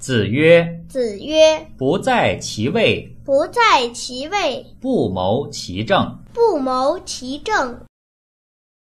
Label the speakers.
Speaker 1: 子曰
Speaker 2: 子曰：“
Speaker 1: 不在其位，：“
Speaker 2: 不在其位，
Speaker 1: 不谋其政。”
Speaker 2: 不谋其政。”